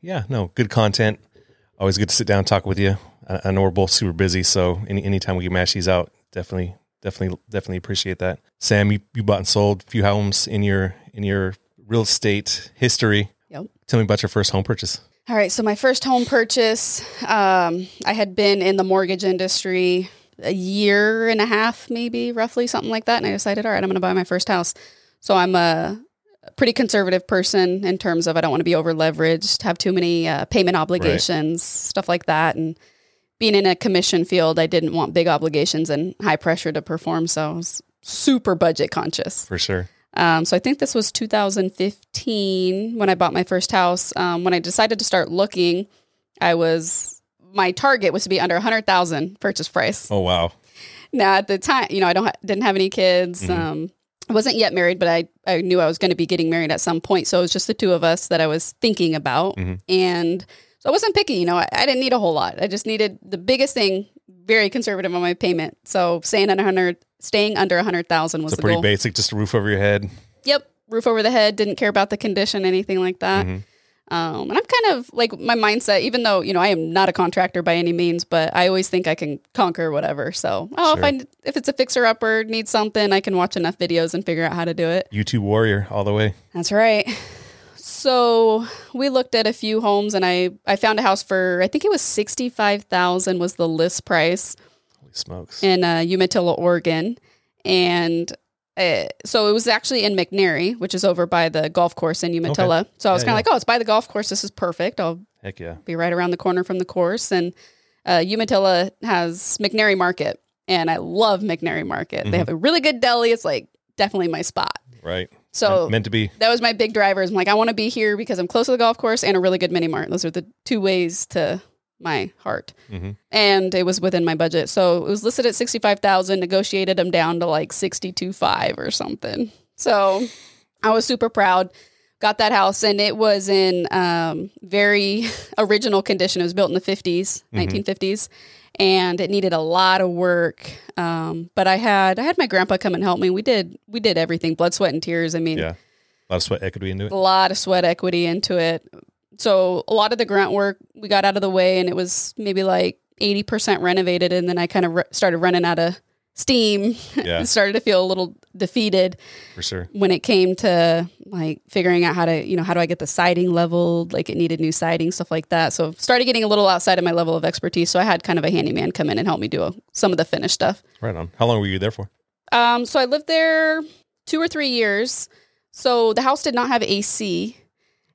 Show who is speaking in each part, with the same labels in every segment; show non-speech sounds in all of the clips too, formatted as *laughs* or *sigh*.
Speaker 1: Yeah, no, good content. Always good to sit down and talk with you. I, I know we're both super busy, so any anytime we can mash these out, definitely, definitely, definitely appreciate that. Sam, you, you bought and sold a few homes in your in your real estate history.
Speaker 2: Yep.
Speaker 1: Tell me about your first home purchase.
Speaker 2: All right, so my first home purchase, um, I had been in the mortgage industry a year and a half, maybe roughly something like that, and I decided, all right, I'm going to buy my first house. So I'm a pretty conservative person in terms of I don't want to be over leveraged, have too many uh, payment obligations, stuff like that, and being in a commission field, I didn't want big obligations and high pressure to perform, so I was super budget conscious.
Speaker 1: For sure.
Speaker 2: Um, so I think this was 2015 when I bought my first house. Um, when I decided to start looking, I was my target was to be under 100,000 purchase price.
Speaker 1: Oh wow.
Speaker 2: Now at the time, you know, I don't ha- didn't have any kids.
Speaker 1: Mhm.
Speaker 2: Um, I wasn't yet married, but I I knew I was going to be getting married at some point. So it was just the two of us that I was thinking about,
Speaker 1: Mhm.
Speaker 2: and so I wasn't picky. You know, I, I didn't need a whole lot. I just needed the biggest thing. Very conservative on my payment. So staying under 100, staying under 100,000 was
Speaker 1: So
Speaker 2: the
Speaker 1: pretty
Speaker 2: goal.
Speaker 1: basic, just a roof over your head.
Speaker 2: Yep, roof over the head. Didn't care about the condition, anything like that.
Speaker 1: Mhm.
Speaker 2: Um, and I'm kind of like my mindset, even though you know I am not a contractor by any means, but I always think I can conquer whatever. So, oh, if
Speaker 1: Sure.
Speaker 2: I if it's a fixer upper, need something, I can watch enough videos and figure out how to do it.
Speaker 1: YouTube warrior all the way.
Speaker 2: That's right. So we looked at a few homes, and I I found a house for I think it was sixty five thousand was the list price
Speaker 1: Holy smokes.
Speaker 2: in uh, Umatilla, Oregon, and uh, so it was actually in McNary, which is over by the golf course in Umatilla. So I was
Speaker 1: Yeah,
Speaker 2: kind
Speaker 1: yeah.
Speaker 2: of like, oh, it's by the golf course. This is perfect. I'll
Speaker 1: Heck yeah.
Speaker 2: be right around the corner from the course. And uh, Umatilla has McNary Market, and I love McNary Market.
Speaker 1: Mhm.
Speaker 2: They have a really good deli. It's like definitely my spot.
Speaker 1: Right.
Speaker 2: So
Speaker 1: meant to be.
Speaker 2: that was my big drivers. I'm like, I want to be here because I'm close to the golf course and a really good mini mart. Those are the two ways to my heart.
Speaker 1: Mhm.
Speaker 2: And it was within my budget. So it was listed at 65,000, negotiated them down to like 62.5 or something. So I was super proud. Got that house and it was in um, very *laughs* original condition. It was built in the 50s,
Speaker 1: Mhm.
Speaker 2: 1950s, and it needed a lot of work. Um, but I had I had my grandpa come and help me. We did we did everything, blood, sweat, and tears. I mean,
Speaker 1: Yeah. A lot of sweat equity into it.
Speaker 2: a lot of sweat equity into it. So a lot of the grunt work we got out of the way, and it was maybe like eighty percent renovated, and then I kind of re- started running out of steam *laughs*
Speaker 1: Yeah,
Speaker 2: and started to feel a little defeated
Speaker 1: for sure.
Speaker 2: when it came to like figuring out how to you know how do I get the siding leveled, like it needed new siding, stuff like that. So started getting a little outside of my level of expertise. So I had kind of a handyman come in and help me do a, some of the finished stuff.
Speaker 1: Right on. How long were you there for?
Speaker 2: Um, so I lived there two or three years. So the house did not have AC,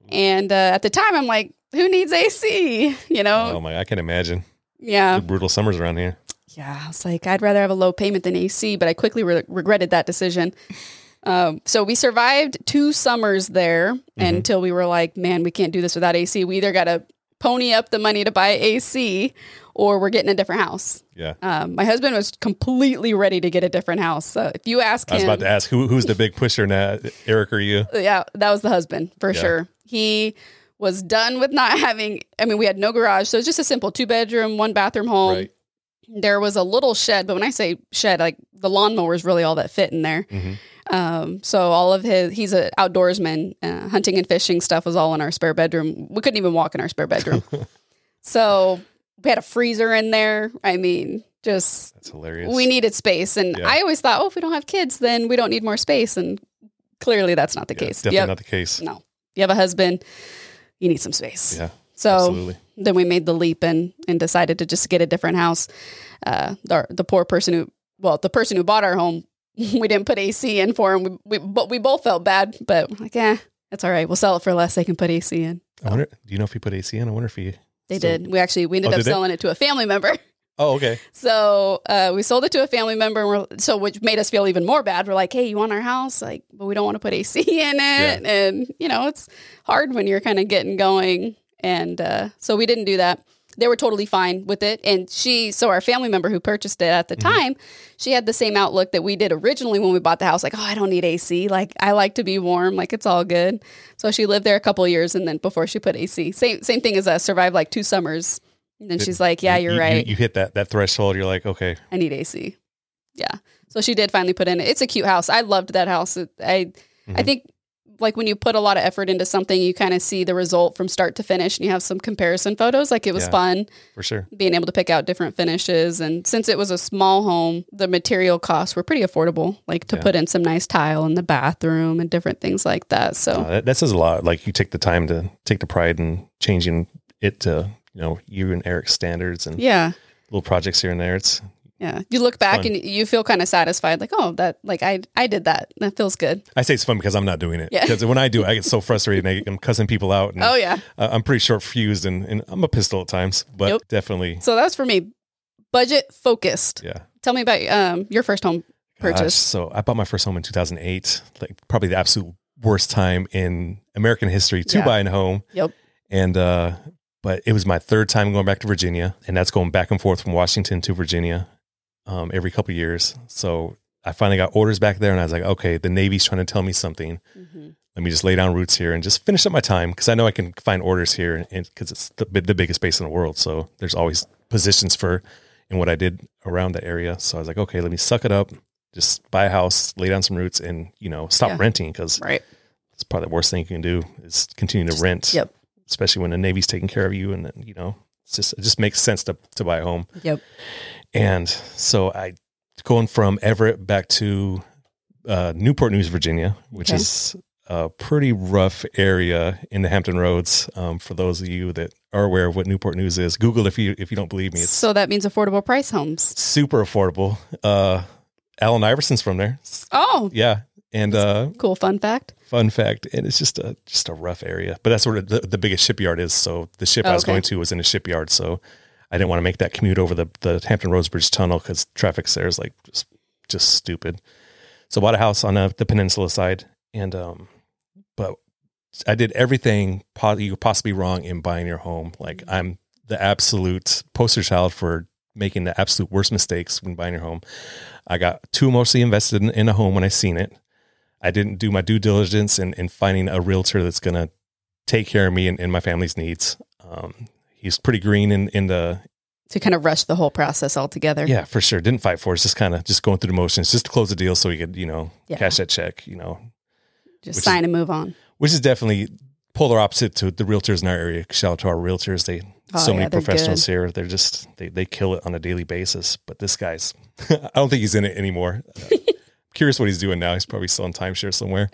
Speaker 2: and uh, at the time, I'm like, who needs AC? You know?
Speaker 1: Oh my, I can imagine.
Speaker 2: yeah,
Speaker 1: The brutal summers around here.
Speaker 2: yeah. I was like, I'd rather have a low payment than AC, but I quickly re- regretted that decision. Um, so we survived two summers there
Speaker 1: Mm-hmm.
Speaker 2: until we were like, man, we can't do this without AC. We either got to pony up the money to buy AC, or we're getting a different house.
Speaker 1: Yeah.
Speaker 2: Um, my husband was completely ready to get a different house. So if you ask
Speaker 1: I was
Speaker 2: him,
Speaker 1: about to ask who who's the big pusher now, Eric or you?
Speaker 2: yeah, that was the husband for
Speaker 1: Yeah.
Speaker 2: sure. He was done with not having. I mean, we had no garage, so it's just a simple two bedroom, one bathroom home.
Speaker 1: Right.
Speaker 2: There was a little shed, but when I say shed, like the lawnmower is really all that fit in there.
Speaker 1: Mhm.
Speaker 2: Um, so all of his, he's an outdoorsman. Uh, hunting and fishing stuff was all in our spare bedroom. We couldn't even walk in our
Speaker 1: *laughs*
Speaker 2: spare bedroom. so we had a freezer in there. I mean, just
Speaker 1: That's hilarious.
Speaker 2: we needed space. And
Speaker 1: Yeah.
Speaker 2: I always thought, oh, if we don't have kids, then we don't need more space. And clearly that's not the
Speaker 1: Yeah, it's
Speaker 2: case.
Speaker 1: Definitely
Speaker 2: You have,
Speaker 1: not the case.
Speaker 2: No. You have a husband, you need some space.
Speaker 1: Yeah.
Speaker 2: so
Speaker 1: Absolutely.
Speaker 2: then we made the leap and, and decided to just get a different house. Uh, the, the poor person who, well, the person who bought our home, *laughs* we didn't put AC in for him. We, we, but we both felt bad, but we're like, eh, that's all right. We'll sell it for less. They can put AC in.
Speaker 1: I wonder.
Speaker 2: um,
Speaker 1: Do you know if he put AC in? I wonder if he.
Speaker 2: They
Speaker 1: So-
Speaker 2: did. We actually, we ended
Speaker 1: Oh,
Speaker 2: up
Speaker 1: did they?
Speaker 2: selling it to a family member.
Speaker 1: Oh, okay.
Speaker 2: So uh, we sold it to a family member, and we're, so which made us feel even more bad. We're like, "Hey, you want our house? Like, but we don't want to put AC *laughs* in it." And you know, it's hard when you're kind of getting going. And uh, so we didn't do that. They were totally fine with it. And she, so our family member who purchased it at the
Speaker 1: Mm-hmm.
Speaker 2: time, she had the same outlook that we did originally when we bought the house. Like, oh, I don't need AC. Like, I like to be warm. Like, it's all good. So she lived there a couple years, and then before she put AC, same same thing as us, survived like two summers. And then
Speaker 1: Did-
Speaker 2: she's like, "Yeah,
Speaker 1: You-
Speaker 2: you're
Speaker 1: you-
Speaker 2: right."
Speaker 1: You, hit that that threshold. You're like, okay,
Speaker 2: I need AC. Yeah. So she did finally put in it. It's a cute house. I loved that house. It- I I
Speaker 1: Mhm.
Speaker 2: think like when you put a lot of effort into something, you kind of see the result from start to finish and you have some comparison photos. Like it was
Speaker 1: Yeah.
Speaker 2: fun
Speaker 1: for sure.
Speaker 2: being able to pick out different finishes. And since it was a small home, the material costs were pretty affordable, like to
Speaker 1: Yeah.
Speaker 2: put in some nice tile in the bathroom and different things like that. So,
Speaker 1: Uh, that, that says a lot. Like you take the time to take the pride in changing it to you know you and Eric's standards and
Speaker 2: yeah.
Speaker 1: little projects here and there. It's
Speaker 2: Yeah. You look back
Speaker 1: fun.
Speaker 2: and you feel kind of satisfied, like, oh, that, like, I, I did that. That feels good.
Speaker 1: I say it's fun because I'm not doing it.
Speaker 2: Yeah.
Speaker 1: Because when I do, it, I get so frustrated and I, I'm cussing people out. And
Speaker 2: Oh, yeah.
Speaker 1: I- I'm pretty short fused and, and I'm a pistol at times, but
Speaker 2: Yep.
Speaker 1: definitely,
Speaker 2: So that's for me. Budget focused.
Speaker 1: yeah.
Speaker 2: Tell me about um, your first home
Speaker 1: Gosh,
Speaker 2: purchase.
Speaker 1: so I bought my first home in 2008, like probably the absolute worst time in American history to
Speaker 2: Yeah.
Speaker 1: buy a home.
Speaker 2: Yep.
Speaker 1: And, uh, but it was my third time going back to Virginia, and that's going back and forth from Washington to Virginia um, every couple of years. So I finally got orders back there, and I was like, okay, the Navy's trying to tell me something.
Speaker 2: Mhm.
Speaker 1: Let me just lay down roots here and just finish up my time because I know I can find orders here because it's the, bi- the biggest base in the world. So there's always positions for and what I did around the area. So I was like, okay, let me suck it up, just buy a house, lay down some roots, and you know, stop
Speaker 2: Yeah.
Speaker 1: renting because
Speaker 2: Right.
Speaker 1: it's probably the worst thing you can do is continue to
Speaker 2: Just-
Speaker 1: rent.
Speaker 2: yep.
Speaker 1: Especially when the Navy's taking care of you, and you know, it's just it just makes sense to to buy a home.
Speaker 2: Yep.
Speaker 1: And so I going from Everett back to uh, Newport News, Virginia, which
Speaker 2: Okay.
Speaker 1: is a pretty rough area in the Hampton Roads. Um, for those of you that are aware of what Newport News is, Google if you if you don't believe me, it's
Speaker 2: So that means affordable price homes.
Speaker 1: super affordable. Uh, Alan Iverson's from there. S-
Speaker 2: Oh,
Speaker 1: Yeah. And uh,
Speaker 2: cool. Fun fact.
Speaker 1: fun fact, and it's just a just a rough area, but that's where the, the biggest shipyard is. So the ship
Speaker 2: Oh,
Speaker 1: I was
Speaker 2: okay.
Speaker 1: going to was in a shipyard, so I didn't want to make that commute over the the Hampton Roads Bridge Tunnel because traffic there is like just just stupid. So bought a house on uh the peninsula side, and um, but I did everything po- you could possibly wrong in buying your home. Like
Speaker 2: Mm-hmm.
Speaker 1: I'm the absolute poster child for making the absolute worst mistakes when buying your home. I got too mostly invested in, in a home when I seen it. I didn't do my due diligence in, in finding a realtor that's going to take care of me and, and my family's needs. Um, he's pretty green in, in the,
Speaker 2: To kind of rush the whole process altogether.
Speaker 1: yeah, for sure. Didn't fight for it. It's Just kind of just going through the motions, just to close the deal so he could, you know,
Speaker 2: Yeah.
Speaker 1: cash that check, you know,
Speaker 2: Just
Speaker 1: which
Speaker 2: sign and move on.
Speaker 1: which is definitely polar opposite to the realtors in our area. Shout out to our realtors. They,
Speaker 2: Oh,
Speaker 1: so many
Speaker 2: yeah, they're
Speaker 1: professionals here. They're just, they, they kill it on a daily basis. But this guy's, *laughs* I don't think he's in it anymore.
Speaker 2: *laughs*
Speaker 1: Uh, curious what he's doing now. He's probably still on timeshare somewhere.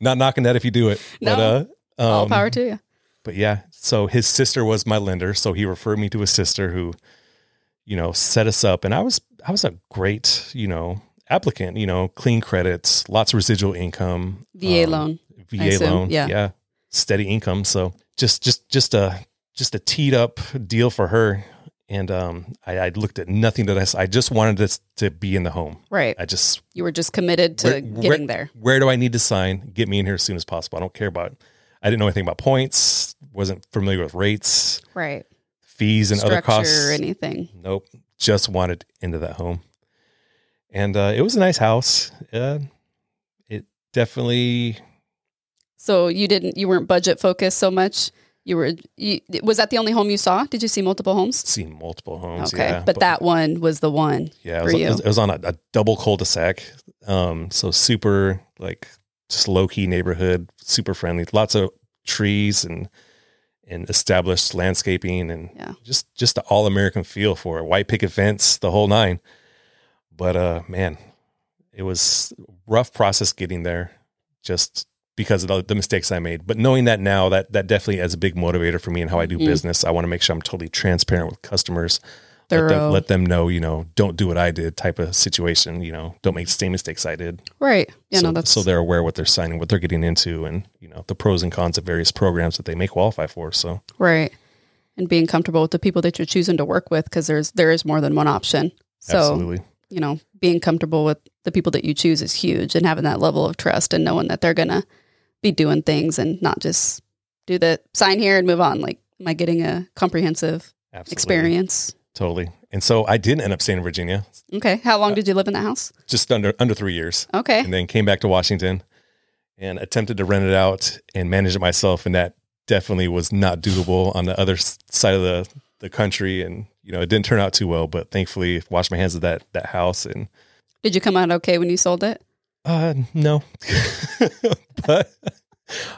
Speaker 1: Not knocking that if you do it.
Speaker 2: No.
Speaker 1: But, uh,
Speaker 2: All
Speaker 1: um,
Speaker 2: power to you.
Speaker 1: but yeah, so his sister was my lender, so he referred me to his sister who, you know, set us up, and I was I was a great you know applicant, you know, clean credits, lots of residual income,
Speaker 2: VA
Speaker 1: um,
Speaker 2: loan. I
Speaker 1: VA
Speaker 2: assume,
Speaker 1: loan,
Speaker 2: yeah.
Speaker 1: yeah, steady income. So just just just a just a teed up deal for her, and um, I, I looked at nothing that I s- I just wanted this to be in the home.
Speaker 2: Right.
Speaker 1: I just
Speaker 2: You were just committed
Speaker 1: Where-
Speaker 2: to getting there.
Speaker 1: where do I need to sign? Get me in here as soon as possible. I don't care about. I didn't know anything about points. Wasn't familiar with rates
Speaker 2: Right.
Speaker 1: fees and other
Speaker 2: Structure
Speaker 1: costs.
Speaker 2: or anything.
Speaker 1: nope, just wanted into that home, and uh, it was a nice house. Uh, it definitely
Speaker 2: So you didn't, you weren't budget focused so much. You were, you, was that the only home you saw? Did you see multiple homes?
Speaker 1: seen multiple homes.
Speaker 2: Okay.
Speaker 1: yeah,
Speaker 2: but, that one was the one.
Speaker 1: yeah, it
Speaker 2: for
Speaker 1: was,
Speaker 2: you.
Speaker 1: it was on a, a double cul-de-sac, um, so super like just low key neighborhood, super friendly, lots of trees and and established landscaping and
Speaker 2: Yeah.
Speaker 1: just just the all American feel for it. White picket fence, the whole nine. But uh man, it was rough process getting there just because of the, the mistakes I made. But knowing that now, that that definitely is a big motivator for me and how I do
Speaker 2: Mm.
Speaker 1: business. I want to make sure I'm totally transparent with customers. Let
Speaker 2: Thorough.
Speaker 1: them, let them know, you know, don't do what I did type of situation, you know, don't make the same mistakes I did.
Speaker 2: right. Yeah.
Speaker 1: so,
Speaker 2: no, that's,
Speaker 1: so they're aware what they're signing, what they're getting into and, you know, the pros and cons of various programs that they may qualify for. So
Speaker 2: Right. And being comfortable with the people that you're choosing to work with because there's there is more than one option. So,
Speaker 1: absolutely.
Speaker 2: you know, being comfortable with the people that you choose is huge and having that level of trust and knowing that they're gonna be doing things and not just do the sign here and move on. Like, am I getting a comprehensive
Speaker 1: Absolutely.
Speaker 2: experience?
Speaker 1: Totally. And so I did end up staying in Virginia
Speaker 2: Okay. How long did you live in that house?
Speaker 1: just under under three years.
Speaker 2: Okay.
Speaker 1: Uh, and then came back to Washington and attempted to rent it out and manage it myself. And that definitely was not doable on the other s- side of the, the country. And, you know, it didn't turn out too well, but thankfully washed my hands of that, that house and, *laughs*
Speaker 2: Did you come out okay when you sold it?
Speaker 1: uh, no,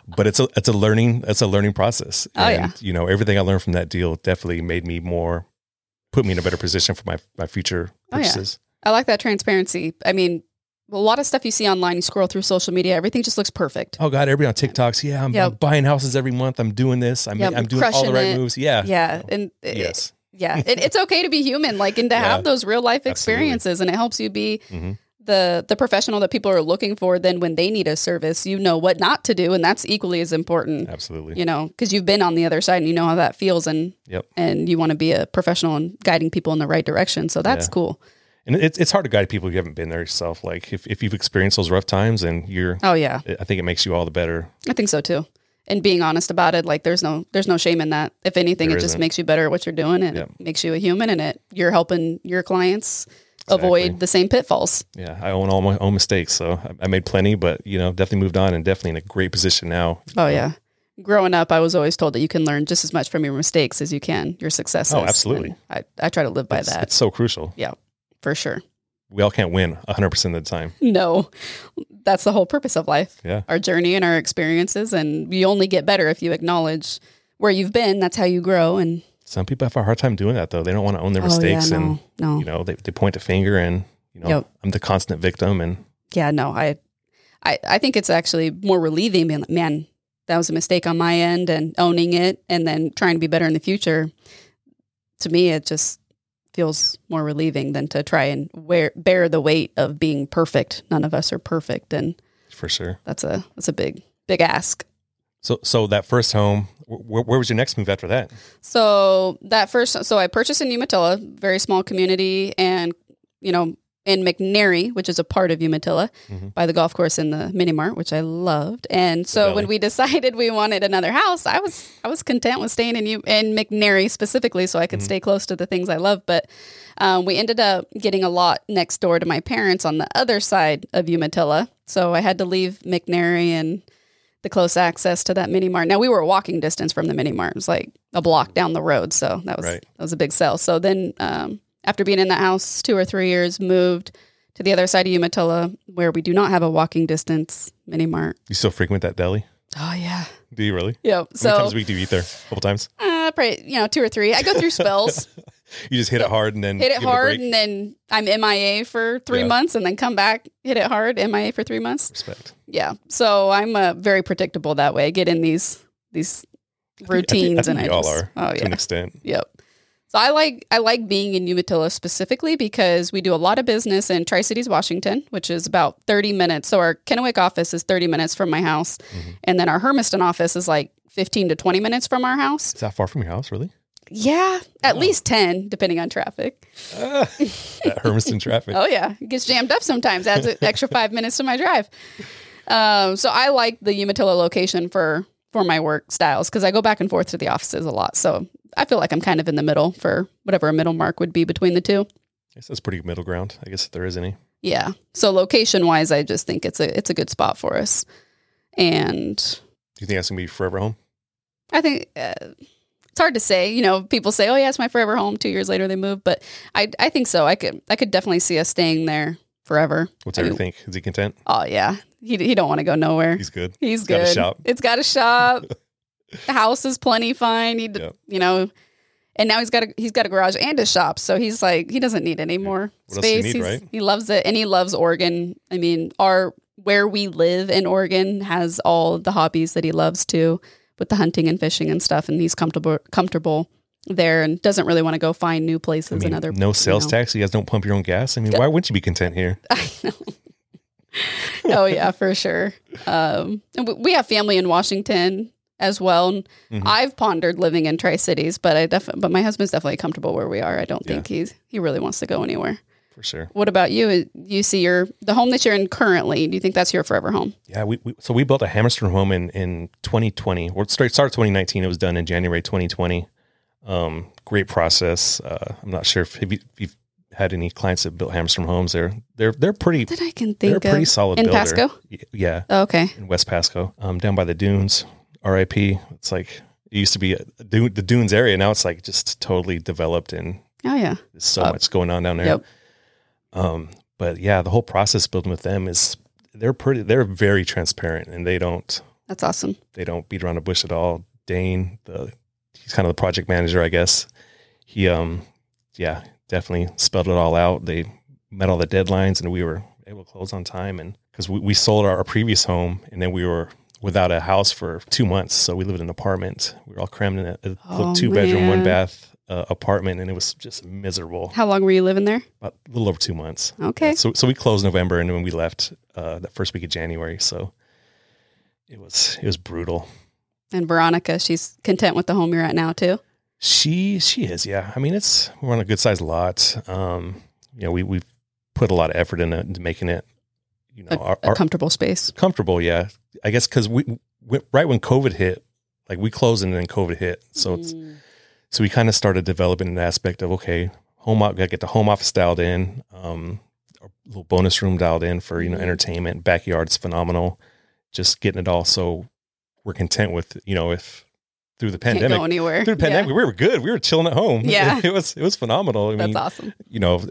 Speaker 1: but it's a it's a learning it's a learning process.
Speaker 2: Oh, yeah.
Speaker 1: you know everything I learned from that deal definitely made me more put me in a better position for my my future
Speaker 2: Oh, yeah.
Speaker 1: purchases.
Speaker 2: I like that transparency. I mean, a lot of stuff you see online, you scroll through social media, everything just looks perfect.
Speaker 1: Oh God, everybody on TikToks. Yeah, I'm, I'm
Speaker 2: Yep.
Speaker 1: buying houses every month. I'm doing this. I'm
Speaker 2: Yep,
Speaker 1: I'm doing all the
Speaker 2: crushing
Speaker 1: right
Speaker 2: it.
Speaker 1: moves. Oh, Yeah.
Speaker 2: Yeah. And eh, it-
Speaker 1: Yes.
Speaker 2: yeah, and it's okay to be human, like, and to
Speaker 1: Yeah.
Speaker 2: have those real life
Speaker 1: Absolutely.
Speaker 2: experiences and it helps you be
Speaker 1: Mhm.
Speaker 2: the, the professional that people are looking for. Then when they need a service, you know what not to do. And that's equally as important,
Speaker 1: Absolutely.
Speaker 2: you know, cause you've been on the other side and you know how that feels and,
Speaker 1: Yep.
Speaker 2: and you want to be a professional and guiding people in the right direction. So that's
Speaker 1: Yeah.
Speaker 2: cool.
Speaker 1: And it's it's hard to guide people who haven't been there yourself. Like if, if you've experienced those rough times and you're,
Speaker 2: Oh yeah.
Speaker 1: I think it makes you all the better.
Speaker 2: I think so too. And being honest about it, like there's no there's no shame in that. If anything,
Speaker 1: There
Speaker 2: it just
Speaker 1: isn't.
Speaker 2: makes you better at what you're doing and
Speaker 1: Yep.
Speaker 2: it makes you a human and it you're helping your clients
Speaker 1: Exactly.
Speaker 2: avoid the same pitfalls.
Speaker 1: Yeah. I own all my own mistakes. So I, I made plenty, but you know, definitely moved on and definitely in a great position now.
Speaker 2: Oh yeah. Growing up, I was always told that you can learn just as much from your mistakes as you can your successes.
Speaker 1: Oh, absolutely.
Speaker 2: And I, I try to live by
Speaker 1: It's,
Speaker 2: that
Speaker 1: it's so crucial.
Speaker 2: for sure.
Speaker 1: We all can't win hundred percent of the time.
Speaker 2: No, that's the whole purpose of life.
Speaker 1: Yeah.
Speaker 2: Our journey and our experiences. And you only get better if you acknowledge where you've been. That's how you grow. And
Speaker 1: Some people have a hard time doing that though. They don't want to own their
Speaker 2: Oh, yeah,
Speaker 1: mistakes and
Speaker 2: no, no.
Speaker 1: you know, they, they point a finger and you know,
Speaker 2: Yep.
Speaker 1: I'm the constant victim and
Speaker 2: yeah, no, I, I, I think it's actually more relieving. being like, Man, that was a mistake on my end, and owning it, and then trying to be better in the future. To me, it just feels more relieving than to try and wear, bear the weight of being perfect. None of us are perfect, and
Speaker 1: for sure.
Speaker 2: that's a that's a big big ask.
Speaker 1: So, so that first home, where, where was your next move after that?
Speaker 2: So that first, so I purchased in Umatilla, very small community, and you know, in McNairy, which is a part of Umatilla,
Speaker 1: Mhm.
Speaker 2: by the golf course and the mini mart, which I loved. And so
Speaker 1: Valley.
Speaker 2: when we *laughs* decided we wanted another house, I was I was content with staying in U- in McNairy specifically, so I could
Speaker 1: Mhm.
Speaker 2: stay close to the things I love. But um, we ended up getting a lot next door to my parents on the other side of Umatilla, so I had to leave McNairy and the close access to that mini mart. Now we were walking distance from the mini mart. It was like a block down the road, so that was
Speaker 1: Right.
Speaker 2: that was a big sell. So then um, after being in that house two or three years, moved to the other side of Umatilla where we do not have a walking distance mini mart.
Speaker 1: You still frequent that deli?
Speaker 2: Oh yeah.
Speaker 1: Do you really?
Speaker 2: Yeah.
Speaker 1: How many
Speaker 2: So
Speaker 1: times a week do you eat there? A couple times.
Speaker 2: uh, probably, you know, two or three. I go
Speaker 1: *laughs*
Speaker 2: through spells,
Speaker 1: You just hit it hard and then
Speaker 2: hit it
Speaker 1: Mm, give
Speaker 2: hard,
Speaker 1: a break.
Speaker 2: and then I'm MIA for three
Speaker 1: Yeah.
Speaker 2: months and then come back, hit it hard, MIA for three months.
Speaker 1: Respect.
Speaker 2: Yeah. So I'm uh, very predictable that way. I get in these these routines,
Speaker 1: I think
Speaker 2: and
Speaker 1: we
Speaker 2: I
Speaker 1: all
Speaker 2: just,
Speaker 1: are,
Speaker 2: oh
Speaker 1: To an
Speaker 2: yeah,
Speaker 1: extent.
Speaker 2: yep. So I like I like being in Umatilla specifically because we do a lot of business in Tri Cities, Washington, which is about 30 minutes. So our Kennewick office is 30 minutes from my house,
Speaker 1: Mhm.
Speaker 2: and then our Hermiston office is like 15 to 20 minutes from our house.
Speaker 1: Is that far from your house, really?
Speaker 2: Yeah, at
Speaker 1: Oh.
Speaker 2: least 10, depending on traffic.
Speaker 1: Ah, that
Speaker 2: *laughs*
Speaker 1: Hermiston traffic.
Speaker 2: Oh yeah, it gets jammed up sometimes. Adds an extra five minutes to my drive. Um, so I like the Umatilla location for for my work styles because I go back and forth to the offices a lot. So I feel like I'm kind of in the middle for whatever a middle mark would be between the two.
Speaker 1: I guess that's pretty middle ground. I guess if there is any.
Speaker 2: Yeah. So location wise, I just think it's a it's a good spot for us, and
Speaker 1: Do you think that's gonna be your forever home?
Speaker 2: I think. Uh, it's hard to say, you know. People say, "Oh, yeah, it's my forever home." Two years later, they move, but I, I think so. I could, I could definitely see us staying there forever.
Speaker 1: What's
Speaker 2: I mean-
Speaker 1: Eric think? Is he content?
Speaker 2: Oh yeah, he, he don't want to go nowhere.
Speaker 1: He's good.
Speaker 2: He's
Speaker 1: It's
Speaker 2: good.
Speaker 1: got a shop.
Speaker 2: It's got
Speaker 1: *laughs*
Speaker 2: a shop. the house is plenty fine. He, d
Speaker 1: Yeah.
Speaker 2: you know, and now he's got a he's got a garage and a shop. So he's like he doesn't need any more
Speaker 1: What else do you
Speaker 2: space.
Speaker 1: need,
Speaker 2: He's-
Speaker 1: right?
Speaker 2: He loves it and he loves Oregon. I mean, our where we live in Oregon has all the hobbies that he loves too, with the hunting and fishing and stuff. And he's comfortable comfortable there and doesn't really want to go find new places
Speaker 1: I mean,
Speaker 2: and other
Speaker 1: no sales
Speaker 2: you know.
Speaker 1: tax. You guys don't pump your own gas. I mean, why wouldn't you be content here?
Speaker 2: *laughs* I know. oh yeah, for sure. Um, and we- we have family in Washington as well. And
Speaker 1: Mhm.
Speaker 2: I've pondered living in Tri Cities, but I def- but my husband's definitely comfortable where we are. I don't
Speaker 1: Yeah.
Speaker 2: think he's he really wants to go anywhere.
Speaker 1: For sure.
Speaker 2: What about you? You see your the home that you're in currently. Do you think that's your forever home?
Speaker 1: Yeah, we, we so we built a hamster home in in 2020 or start started 2019. It was done in January 2020. Um, great process. Uh, I'm not sure if, have you, if you've had any clients that built hamster homes. They're they're they're pretty
Speaker 2: That I can
Speaker 1: they're a
Speaker 2: think
Speaker 1: pretty
Speaker 2: of
Speaker 1: solid
Speaker 2: in
Speaker 1: builder.
Speaker 2: Pasco.
Speaker 1: Y- Yeah,
Speaker 2: Oh, okay.
Speaker 1: in West Pasco, um, down by the dunes. R.I.P. It's like it used to be a, a dune, the dunes area. Now it's like just totally developed and
Speaker 2: Oh yeah.
Speaker 1: there's so
Speaker 2: Up.
Speaker 1: much going on down there.
Speaker 2: Yep.
Speaker 1: Um, but yeah, the whole process building with them is they're pretty they're very transparent and they don't
Speaker 2: That's awesome.
Speaker 1: they don't beat around the bush at all. Dane, the he's kind of the project manager, I guess. He um yeah, definitely spelled it all out. They met all the deadlines and we were able to close on time and because we, we sold our, our previous home and then we were without a house for two months. So we lived in an apartment. We were all crammed in a, a
Speaker 2: Oh,
Speaker 1: little two bedroom, one
Speaker 2: man.
Speaker 1: bath uh, apartment and it was just miserable.
Speaker 2: How long were you living there?
Speaker 1: About a little over two months. Uh,
Speaker 2: Okay.
Speaker 1: So so we closed November and then we left uh, that first week of January. So it was it was brutal.
Speaker 2: And Veronica, she's content with the home you're at now too.
Speaker 1: She she is, yeah. I mean, it's we're on a good sized lot. Um, you know, we we put a lot of effort into, into making it, you know, our,
Speaker 2: A
Speaker 1: our-
Speaker 2: comfortable space.
Speaker 1: comfortable. Yeah, I guess because we, we right when COVID hit, like we closed and then COVID hit, so it's
Speaker 2: Mm. Mm-hmm.
Speaker 1: so we kind of started developing an aspect of okay, home out, got to get the home office dialed in, um, a little bonus room dialed in for you know
Speaker 2: Mhm.
Speaker 1: entertainment. Backyard's phenomenal. Just getting it all so we're content with you know if through the
Speaker 2: can't
Speaker 1: pandemic
Speaker 2: go anywhere.
Speaker 1: through the pandemic, we were good. We were chilling at home.
Speaker 2: Yeah.
Speaker 1: *laughs* it, was it was phenomenal. I
Speaker 2: Yeah,
Speaker 1: mean,
Speaker 2: that's awesome.
Speaker 1: you know,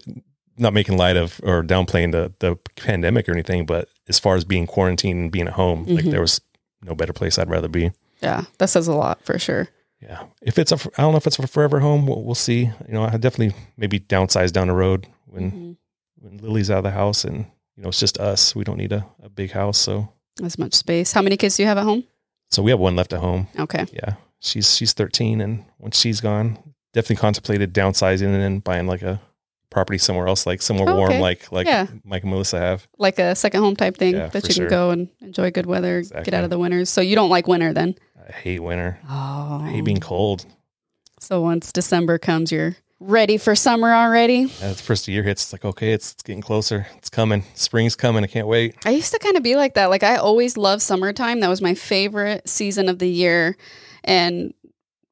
Speaker 1: not making light of or downplaying the the pandemic or anything, but as far as being quarantined and being at home, like
Speaker 2: Mhm.
Speaker 1: there was no better place I'd rather be.
Speaker 2: Yeah, that says a lot for sure.
Speaker 1: Yeah, if it's a, f- I don't know if it's a forever home. We'll, we'll see. You know, I definitely maybe downsize down the road when
Speaker 2: Mhm.
Speaker 1: when Lily's out of the house and you know it's just us. We don't need a, a big house, so
Speaker 2: As much space. How many kids do you have at home?
Speaker 1: so we have one left at home.
Speaker 2: Okay.
Speaker 1: Yeah, she's she's 13, and once she's gone, definitely contemplated downsizing and then buying like a property somewhere else, like somewhere
Speaker 2: Oh,
Speaker 1: warm,
Speaker 2: okay.
Speaker 1: like like
Speaker 2: Yeah.
Speaker 1: Mike and Melissa have.
Speaker 2: Like a second home type thing
Speaker 1: Yeah,
Speaker 2: that
Speaker 1: for
Speaker 2: you
Speaker 1: sure.
Speaker 2: can go and enjoy good weather, get
Speaker 1: Exactly.
Speaker 2: out of the winters. So you don't like winter then?
Speaker 1: I hate winter.
Speaker 2: Oh.
Speaker 1: I hate being cold.
Speaker 2: So once December comes, you're ready for summer already.
Speaker 1: Uh, the first year hits, it's like okay, it's, it's getting closer. It's coming. Spring's coming. I can't wait.
Speaker 2: I used to kind of be like that. Like I always loved summertime. That was my favorite season of the year. And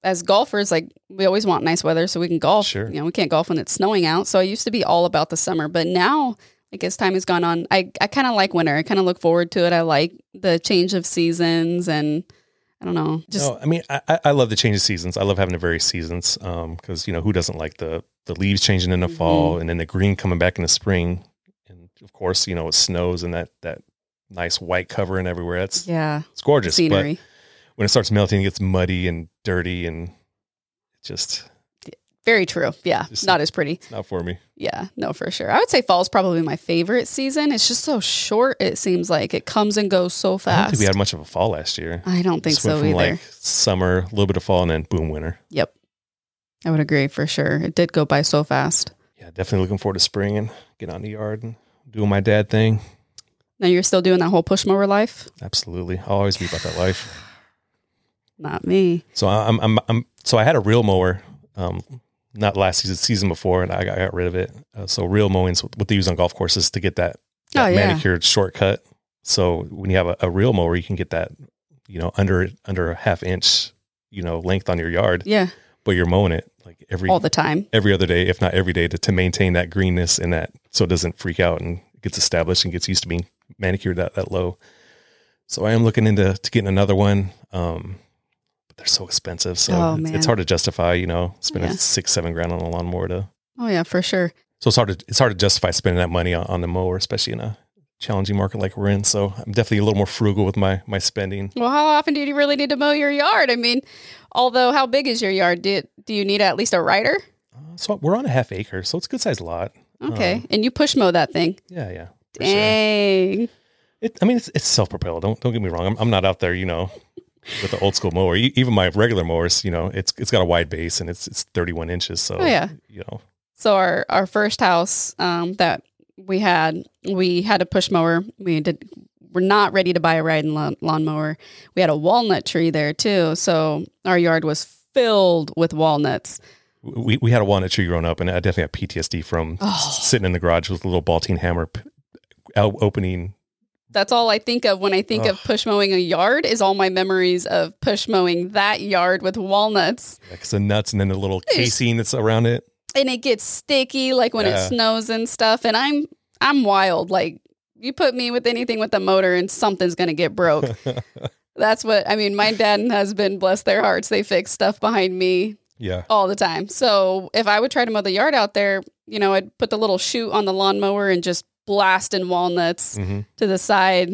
Speaker 2: as golfers, like we always want nice weather so we can golf.
Speaker 1: Sure.
Speaker 2: You know, we can't golf when it's snowing out. So I used to be all about the summer, but now like as time has gone on, I, I kind of like winter. I kind of look forward to it. I like the change of seasons and I don't know, just
Speaker 1: no, I mean, I, I- I love the change of seasons. I love having the various seasons because you know who doesn't like the the leaves changing in the
Speaker 2: Mm-hmm.
Speaker 1: fall and then the green coming back in the spring, and of course you know it snows and that that nice white covering everywhere. It's
Speaker 2: yeah,
Speaker 1: it's gorgeous. But
Speaker 2: scenery.
Speaker 1: when it starts melting, it gets muddy and dirty and it just
Speaker 2: Very true. Yeah.
Speaker 1: Just-
Speaker 2: Not as pretty.
Speaker 1: it's not for me.
Speaker 2: Yeah, no, for sure. I would say fall's probably my favorite season. It's just so short. It seems like it comes and goes so
Speaker 1: I don't
Speaker 2: fast.
Speaker 1: think we had much of a fall last year.
Speaker 2: I don't think
Speaker 1: Just went
Speaker 2: so
Speaker 1: from
Speaker 2: either.
Speaker 1: like summer, a little bit of fall, and then boom, winter.
Speaker 2: yep, I would agree for sure. It did go by so fast.
Speaker 1: Yeah, definitely looking forward to spring and getting out in the yard and doing my dad thing.
Speaker 2: Now you're still doing that whole push mower life.
Speaker 1: Absolutely, I'll always be about that life.
Speaker 2: Not me.
Speaker 1: So I- I'm, I'm, I'm, so I had a real mower, um, not last season, season before, and I got, I got rid of it. Uh, so real mowing's what they use on golf courses to get that, that
Speaker 2: oh yeah,
Speaker 1: manicured shortcut. So when you have a, a real mower, you can get that, you know, under under a half inch, you know, length on your yard,
Speaker 2: yeah,
Speaker 1: but you're mowing it like every
Speaker 2: all the time.
Speaker 1: every other day, if not every day, to, to maintain that greenness and that so it doesn't freak out and gets established and gets used to being manicured that, that low. So I am looking into to getting another one. Um, but they're so expensive. So
Speaker 2: Oh,
Speaker 1: it's,
Speaker 2: man.
Speaker 1: it's hard to justify, you know, spending
Speaker 2: Yeah.
Speaker 1: six, seven grand on a lawnmower to
Speaker 2: Oh yeah, for sure.
Speaker 1: so it's hard to it's hard to justify spending that money on, on the mower, especially in a challenging market like we're in. So I'm definitely a little more frugal with my my spending.
Speaker 2: Well, how often do you really need to mow your yard? I mean, although how big is your yard? Do do you need at least a rider?
Speaker 1: Uh, so we're on a half acre, so it's a good sized lot.
Speaker 2: Okay,
Speaker 1: Um,
Speaker 2: and you push mow that thing.
Speaker 1: yeah, yeah. for sure.
Speaker 2: Dang.
Speaker 1: It, I mean, it's, it's self propelled. Don't don't get me wrong. I'm, I'm not out there, you know, with the old school mower. E- Even my regular mowers, you know, it's it's got a wide base and it's it's 31 inches. So
Speaker 2: Oh, yeah.
Speaker 1: you know,
Speaker 2: So our our first house um, that we had, we had a push mower. We did. We're not ready to buy a riding lawn, lawnmower. We had a walnut tree there too, so our yard was filled with walnuts.
Speaker 1: we we had a walnut tree growing up, and I definitely have PTSD from
Speaker 2: Oh.
Speaker 1: sitting in the garage with a little Baltine hammer p- out opening.
Speaker 2: That's all I think of when I think of
Speaker 1: Ugh.
Speaker 2: push mowing a yard. Is all my memories of push mowing that yard with walnuts,
Speaker 1: Like the nuts and then the little
Speaker 2: It's-
Speaker 1: casing that's around it. *laughs*
Speaker 2: and it gets sticky like when it
Speaker 1: Yeah.
Speaker 2: snows and stuff. And I'm I'm wild. Like you put me with anything with a motor, and something's gonna get broke. That's what I mean. My dad and husband, bless their hearts, they fix stuff behind me
Speaker 1: yeah.
Speaker 2: all the time. So if I would try to mow the yard out there, you know, I'd put the little chute on the lawnmower and just blasting walnuts
Speaker 1: hmm
Speaker 2: to
Speaker 1: *laughs*
Speaker 2: the side.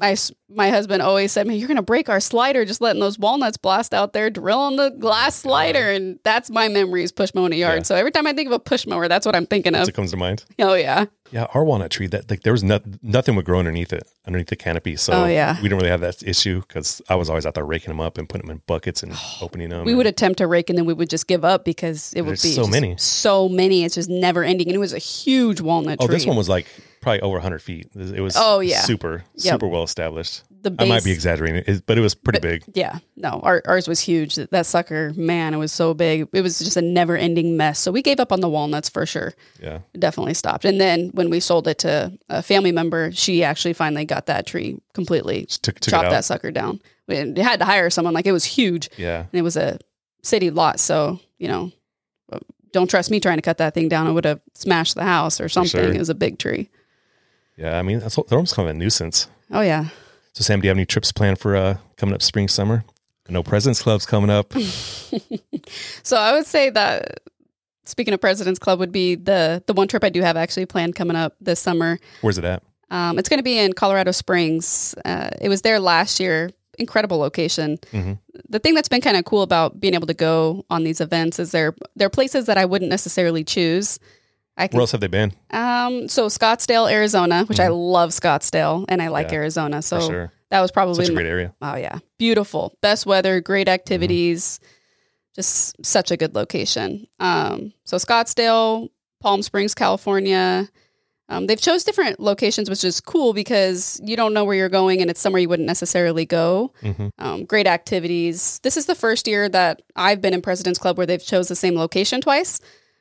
Speaker 2: my s- my husband always said, "Man, you're gonna break our slider just letting those walnuts blast out there, drilling the glass slider." And that's my memory is push mower in the yard.
Speaker 1: Yeah.
Speaker 2: So every time I think of a push mower, that's what I'm thinking
Speaker 1: That's
Speaker 2: of.
Speaker 1: what comes to mind.
Speaker 2: oh yeah,
Speaker 1: Yeah, our walnut tree that like there was no, nothing would grow underneath it, underneath the canopy. So
Speaker 2: Oh, yeah.
Speaker 1: we didn't really have that issue because I was always out there raking them up and putting them in buckets
Speaker 2: *sighs*
Speaker 1: and opening them.
Speaker 2: we would attempt to rake and then we would just give up because it would
Speaker 1: There's
Speaker 2: be
Speaker 1: so
Speaker 2: just
Speaker 1: many.
Speaker 2: so many. It's just never ending, and it was a huge walnut
Speaker 1: Oh,
Speaker 2: tree.
Speaker 1: this one was like probably over 100 feet. It was
Speaker 2: Oh, yeah.
Speaker 1: super
Speaker 2: Yep.
Speaker 1: super well established.
Speaker 2: the
Speaker 1: I might
Speaker 2: base-
Speaker 1: be exaggerating, it, but it was pretty big.
Speaker 2: Yeah, no, our, ours was huge. That, that sucker, man, it was so big. It was just a never ending mess. So we gave up on the walnuts for sure.
Speaker 1: Yeah,
Speaker 2: Definitely stopped. And then when we sold it to a family member, she actually finally got that tree completely,
Speaker 1: just took took it
Speaker 2: chopped
Speaker 1: out.
Speaker 2: that sucker down. We had to hire someone, like it was huge.
Speaker 1: Yeah,
Speaker 2: And it was a city lot. So, you know, don't trust me trying to cut that thing down. It would have smashed the house or something.
Speaker 1: sure.
Speaker 2: It was a big tree.
Speaker 1: yeah. I mean, that's, they're almost kind of a nuisance.
Speaker 2: Oh, yeah.
Speaker 1: So, Sam, do you have any trips planned for uh, coming up spring summer? I know Presidents Club's coming
Speaker 2: *laughs*
Speaker 1: up.
Speaker 2: So I would say that speaking of President's Club would be the the one trip I do have actually planned coming up this summer.
Speaker 1: Where's it at?
Speaker 2: Um, it's going to be in Colorado Springs. Uh, it was there last year. Incredible location.
Speaker 1: Mhm.
Speaker 2: The thing that's been kind of cool about being able to go on these events is there there are places that I wouldn't necessarily choose. I
Speaker 1: Where
Speaker 2: can
Speaker 1: else have they been?
Speaker 2: um, so Scottsdale, Arizona, which I love Scottsdale, and I like
Speaker 1: Mm-hmm. Yeah,
Speaker 2: Arizona. So
Speaker 1: For sure,
Speaker 2: that was probably
Speaker 1: such a
Speaker 2: my-
Speaker 1: great area.
Speaker 2: Oh yeah, beautiful, best weather, great activities, just such a good location. Um, so Scottsdale, Palm Springs, California. Um, they've chose different locations, which is cool because you don't know where you're going, and it's somewhere you wouldn't necessarily go.
Speaker 1: hmm
Speaker 2: Um, great activities. This is the first year that I've been in President's Club where they've chose the same location twice.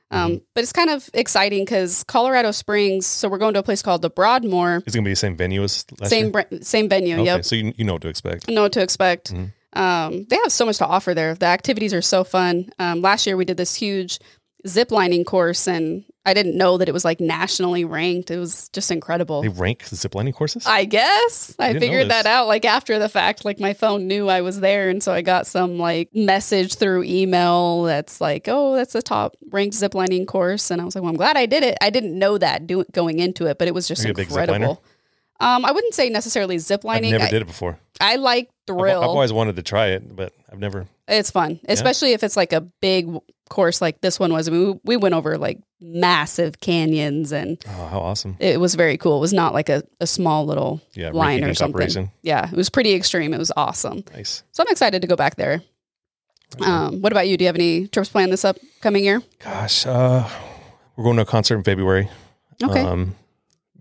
Speaker 2: Um, But it's kind of exciting because Colorado Springs. So we're going to a place called the Broadmoor,
Speaker 1: It's gonna be the same venue as last
Speaker 2: same
Speaker 1: year?
Speaker 2: br- same venue.
Speaker 1: Okay,
Speaker 2: Yep
Speaker 1: so you, you know what to expect.
Speaker 2: know what to expect.
Speaker 1: Mhm.
Speaker 2: Um, they have so much to offer there. The activities are so fun. Um, last year we did this huge zip lining course, and I didn't know that it was like nationally ranked. It was just incredible.
Speaker 1: They rank the ziplining courses.
Speaker 2: I guess
Speaker 1: didn't
Speaker 2: I,
Speaker 1: know
Speaker 2: figured that
Speaker 1: this.
Speaker 2: out like after the fact. Like my phone knew I was there, and so I got some like message through email that's like, "Oh, that's the top ranked zip lining course," and I was like, "Well, I'm glad I did it." I didn't know that do- going into it, but it was just
Speaker 1: Are you a big zip
Speaker 2: incredible. Um, I wouldn't say necessarily zip
Speaker 1: I've
Speaker 2: lining.
Speaker 1: never
Speaker 2: I,
Speaker 1: did it before.
Speaker 2: I like
Speaker 1: I've,
Speaker 2: thrill.
Speaker 1: I've always wanted to try it, but I've never.
Speaker 2: It's fun, especially if it's like a big w- course like this one was. I mean, we, we went over like massive canyons and
Speaker 1: Oh, how awesome!
Speaker 2: it was very cool. It was not like a, a small little
Speaker 1: Yeah,
Speaker 2: line
Speaker 1: rinky-dink
Speaker 2: or something.
Speaker 1: operation.
Speaker 2: Yeah, it was pretty extreme. It was awesome.
Speaker 1: Nice.
Speaker 2: So I'm excited to go back there. Um, what about you? Do you have any trips planned this upcoming year?
Speaker 1: Gosh, uh, we're going to a concert in February.
Speaker 2: Okay.
Speaker 1: Um,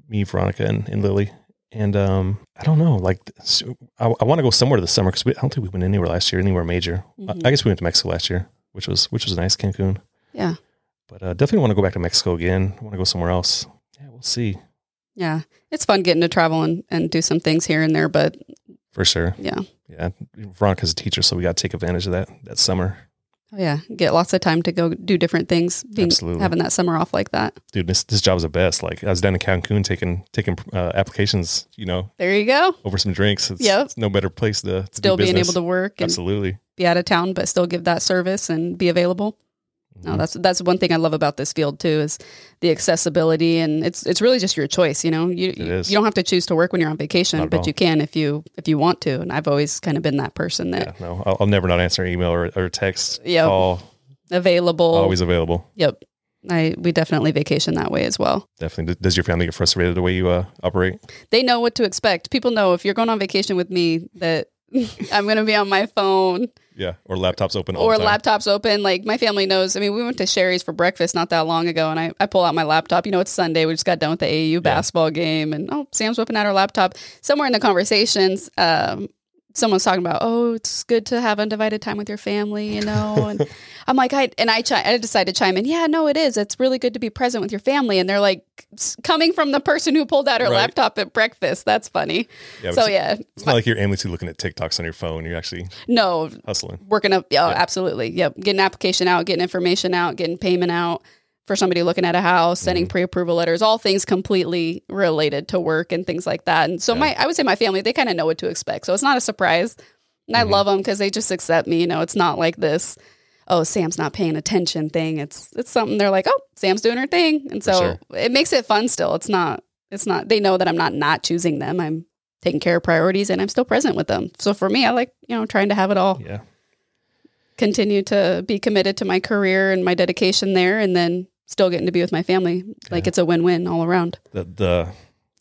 Speaker 1: me, Veronica, and, and Lily. And um, I don't know. Like, so I, I want to go somewhere this summer because I don't think we went anywhere last year, anywhere major. I- I,
Speaker 2: Mhm.
Speaker 1: guess we went to Mexico last year, which was which was nice, Cancun.
Speaker 2: Yeah.
Speaker 1: But uh, definitely want to go back to Mexico again. I want to go somewhere else. Yeah, we'll see
Speaker 2: yeah, it's fun getting to travel and, and do some things here and there, but
Speaker 1: for sure.
Speaker 2: yeah.
Speaker 1: Yeah, Veronica's a teacher, so we got to take advantage of that that summer.
Speaker 2: Oh, yeah. Get lots of time to go do different things. Being,
Speaker 1: Absolutely.
Speaker 2: Having that summer off like that.
Speaker 1: Dude, this this job's the best. Like, I was down in Cancun taking taking uh, applications. You know,
Speaker 2: There you go.
Speaker 1: over some drinks. It's,
Speaker 2: Yep.
Speaker 1: it's no better place to, to
Speaker 2: Still
Speaker 1: do
Speaker 2: being able
Speaker 1: business.
Speaker 2: to work and
Speaker 1: absolutely.
Speaker 2: be out of town but still give that service and be available. No,
Speaker 1: Mhm.
Speaker 2: that's that's one thing I love about this field too is the accessibility and it's it's really just your choice, you know. You you,
Speaker 1: is.
Speaker 2: you don't have to choose to work when you're on
Speaker 1: Not
Speaker 2: vacation,
Speaker 1: at
Speaker 2: but
Speaker 1: all.
Speaker 2: you can if you if you want to. And I've always kind of been that person that
Speaker 1: Yeah, no, I'll, I'll never not answer an email or, or text.
Speaker 2: Yep.
Speaker 1: call,
Speaker 2: available.
Speaker 1: always available.
Speaker 2: Yep. I we definitely vacation that way as well.
Speaker 1: Definitely. Does your family get frustrated the way you uh, operate?
Speaker 2: They know what to expect. People know if you're going on vacation with me that *laughs* I'm going to be on my phone
Speaker 1: Yeah, or laptops open all
Speaker 2: or
Speaker 1: the time.
Speaker 2: laptops open. Like my family knows. I mean, we went to Sherry's for breakfast not that long ago, and I, I pull out my laptop. You know, it's Sunday. We just got done with the AAU basketball game, and oh, Sam's whipping out her laptop. Somewhere in the conversations, um, someone's talking about, oh, it's good to have undivided time with your family, you know.
Speaker 1: *laughs*
Speaker 2: And I'm like, I and I chi- I decided to chime in. Yeah, no, it is. It's really good to be present with your family. And they're like, s- coming from the person who pulled out her
Speaker 1: Right.
Speaker 2: laptop at breakfast. That's funny.
Speaker 1: Yeah,
Speaker 2: so
Speaker 1: it's,
Speaker 2: yeah,
Speaker 1: it's not like you're aimlessly looking at TikToks on your phone. You're actually
Speaker 2: no,
Speaker 1: hustling.
Speaker 2: working up. Oh,
Speaker 1: Yeah.
Speaker 2: absolutely. Yep. Getting application out, getting information out, getting payment out for somebody looking at a house, sending
Speaker 1: Mm-hmm.
Speaker 2: pre-approval letters, all things completely related to work and things like that. And so
Speaker 1: Yeah.
Speaker 2: my, I would say my family, they kind of know what to expect. So it's not a surprise. And I
Speaker 1: Mhm.
Speaker 2: love them because they just accept me. You know, it's not like this, oh, Sam's not paying attention thing. It's, it's something they're like, oh, Sam's doing her thing. And
Speaker 1: For
Speaker 2: so
Speaker 1: sure.
Speaker 2: it makes it fun still. It's not, It's not, they know that I'm not not choosing them. I'm taking care of priorities and I'm still present with them. So for me, I like, you know, trying to have it all
Speaker 1: Yeah.
Speaker 2: continue to be committed to my career and my dedication there and then still getting to be with my family. Like
Speaker 1: Yeah.
Speaker 2: it's a win-win all around.
Speaker 1: The the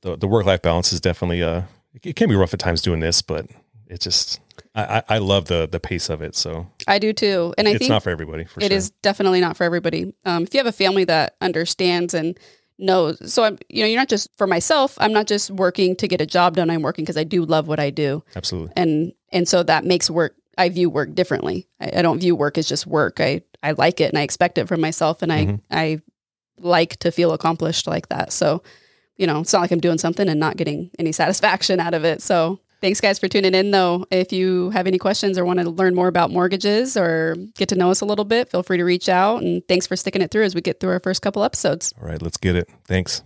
Speaker 1: the, the work life balance is definitely uh it, it can be rough at times doing this, but it's just I, I, I love the the pace of it. So
Speaker 2: I do too. And I
Speaker 1: it's
Speaker 2: think
Speaker 1: not for everybody for
Speaker 2: It is
Speaker 1: sure.
Speaker 2: definitely not for everybody. Um, if you have a family that understands and knows, so I'm, you know, you're not just for myself. I'm not just working to get a job done. I'm working because I do love what I do,
Speaker 1: Absolutely.
Speaker 2: and and so that makes work. I view work differently. I, I don't view work as just work. I I like it and I expect it from myself, and I
Speaker 1: Mhm.
Speaker 2: I like to feel accomplished like that. So, you know, it's not like I'm doing something and not getting any satisfaction out of it. So. Thanks, guys, for tuning in. Though, if you have any questions or want to learn more about mortgages or get to know us a little bit, feel free to reach out. And thanks for sticking it through as we get through our first couple episodes.
Speaker 1: All right, let's get it. Thanks.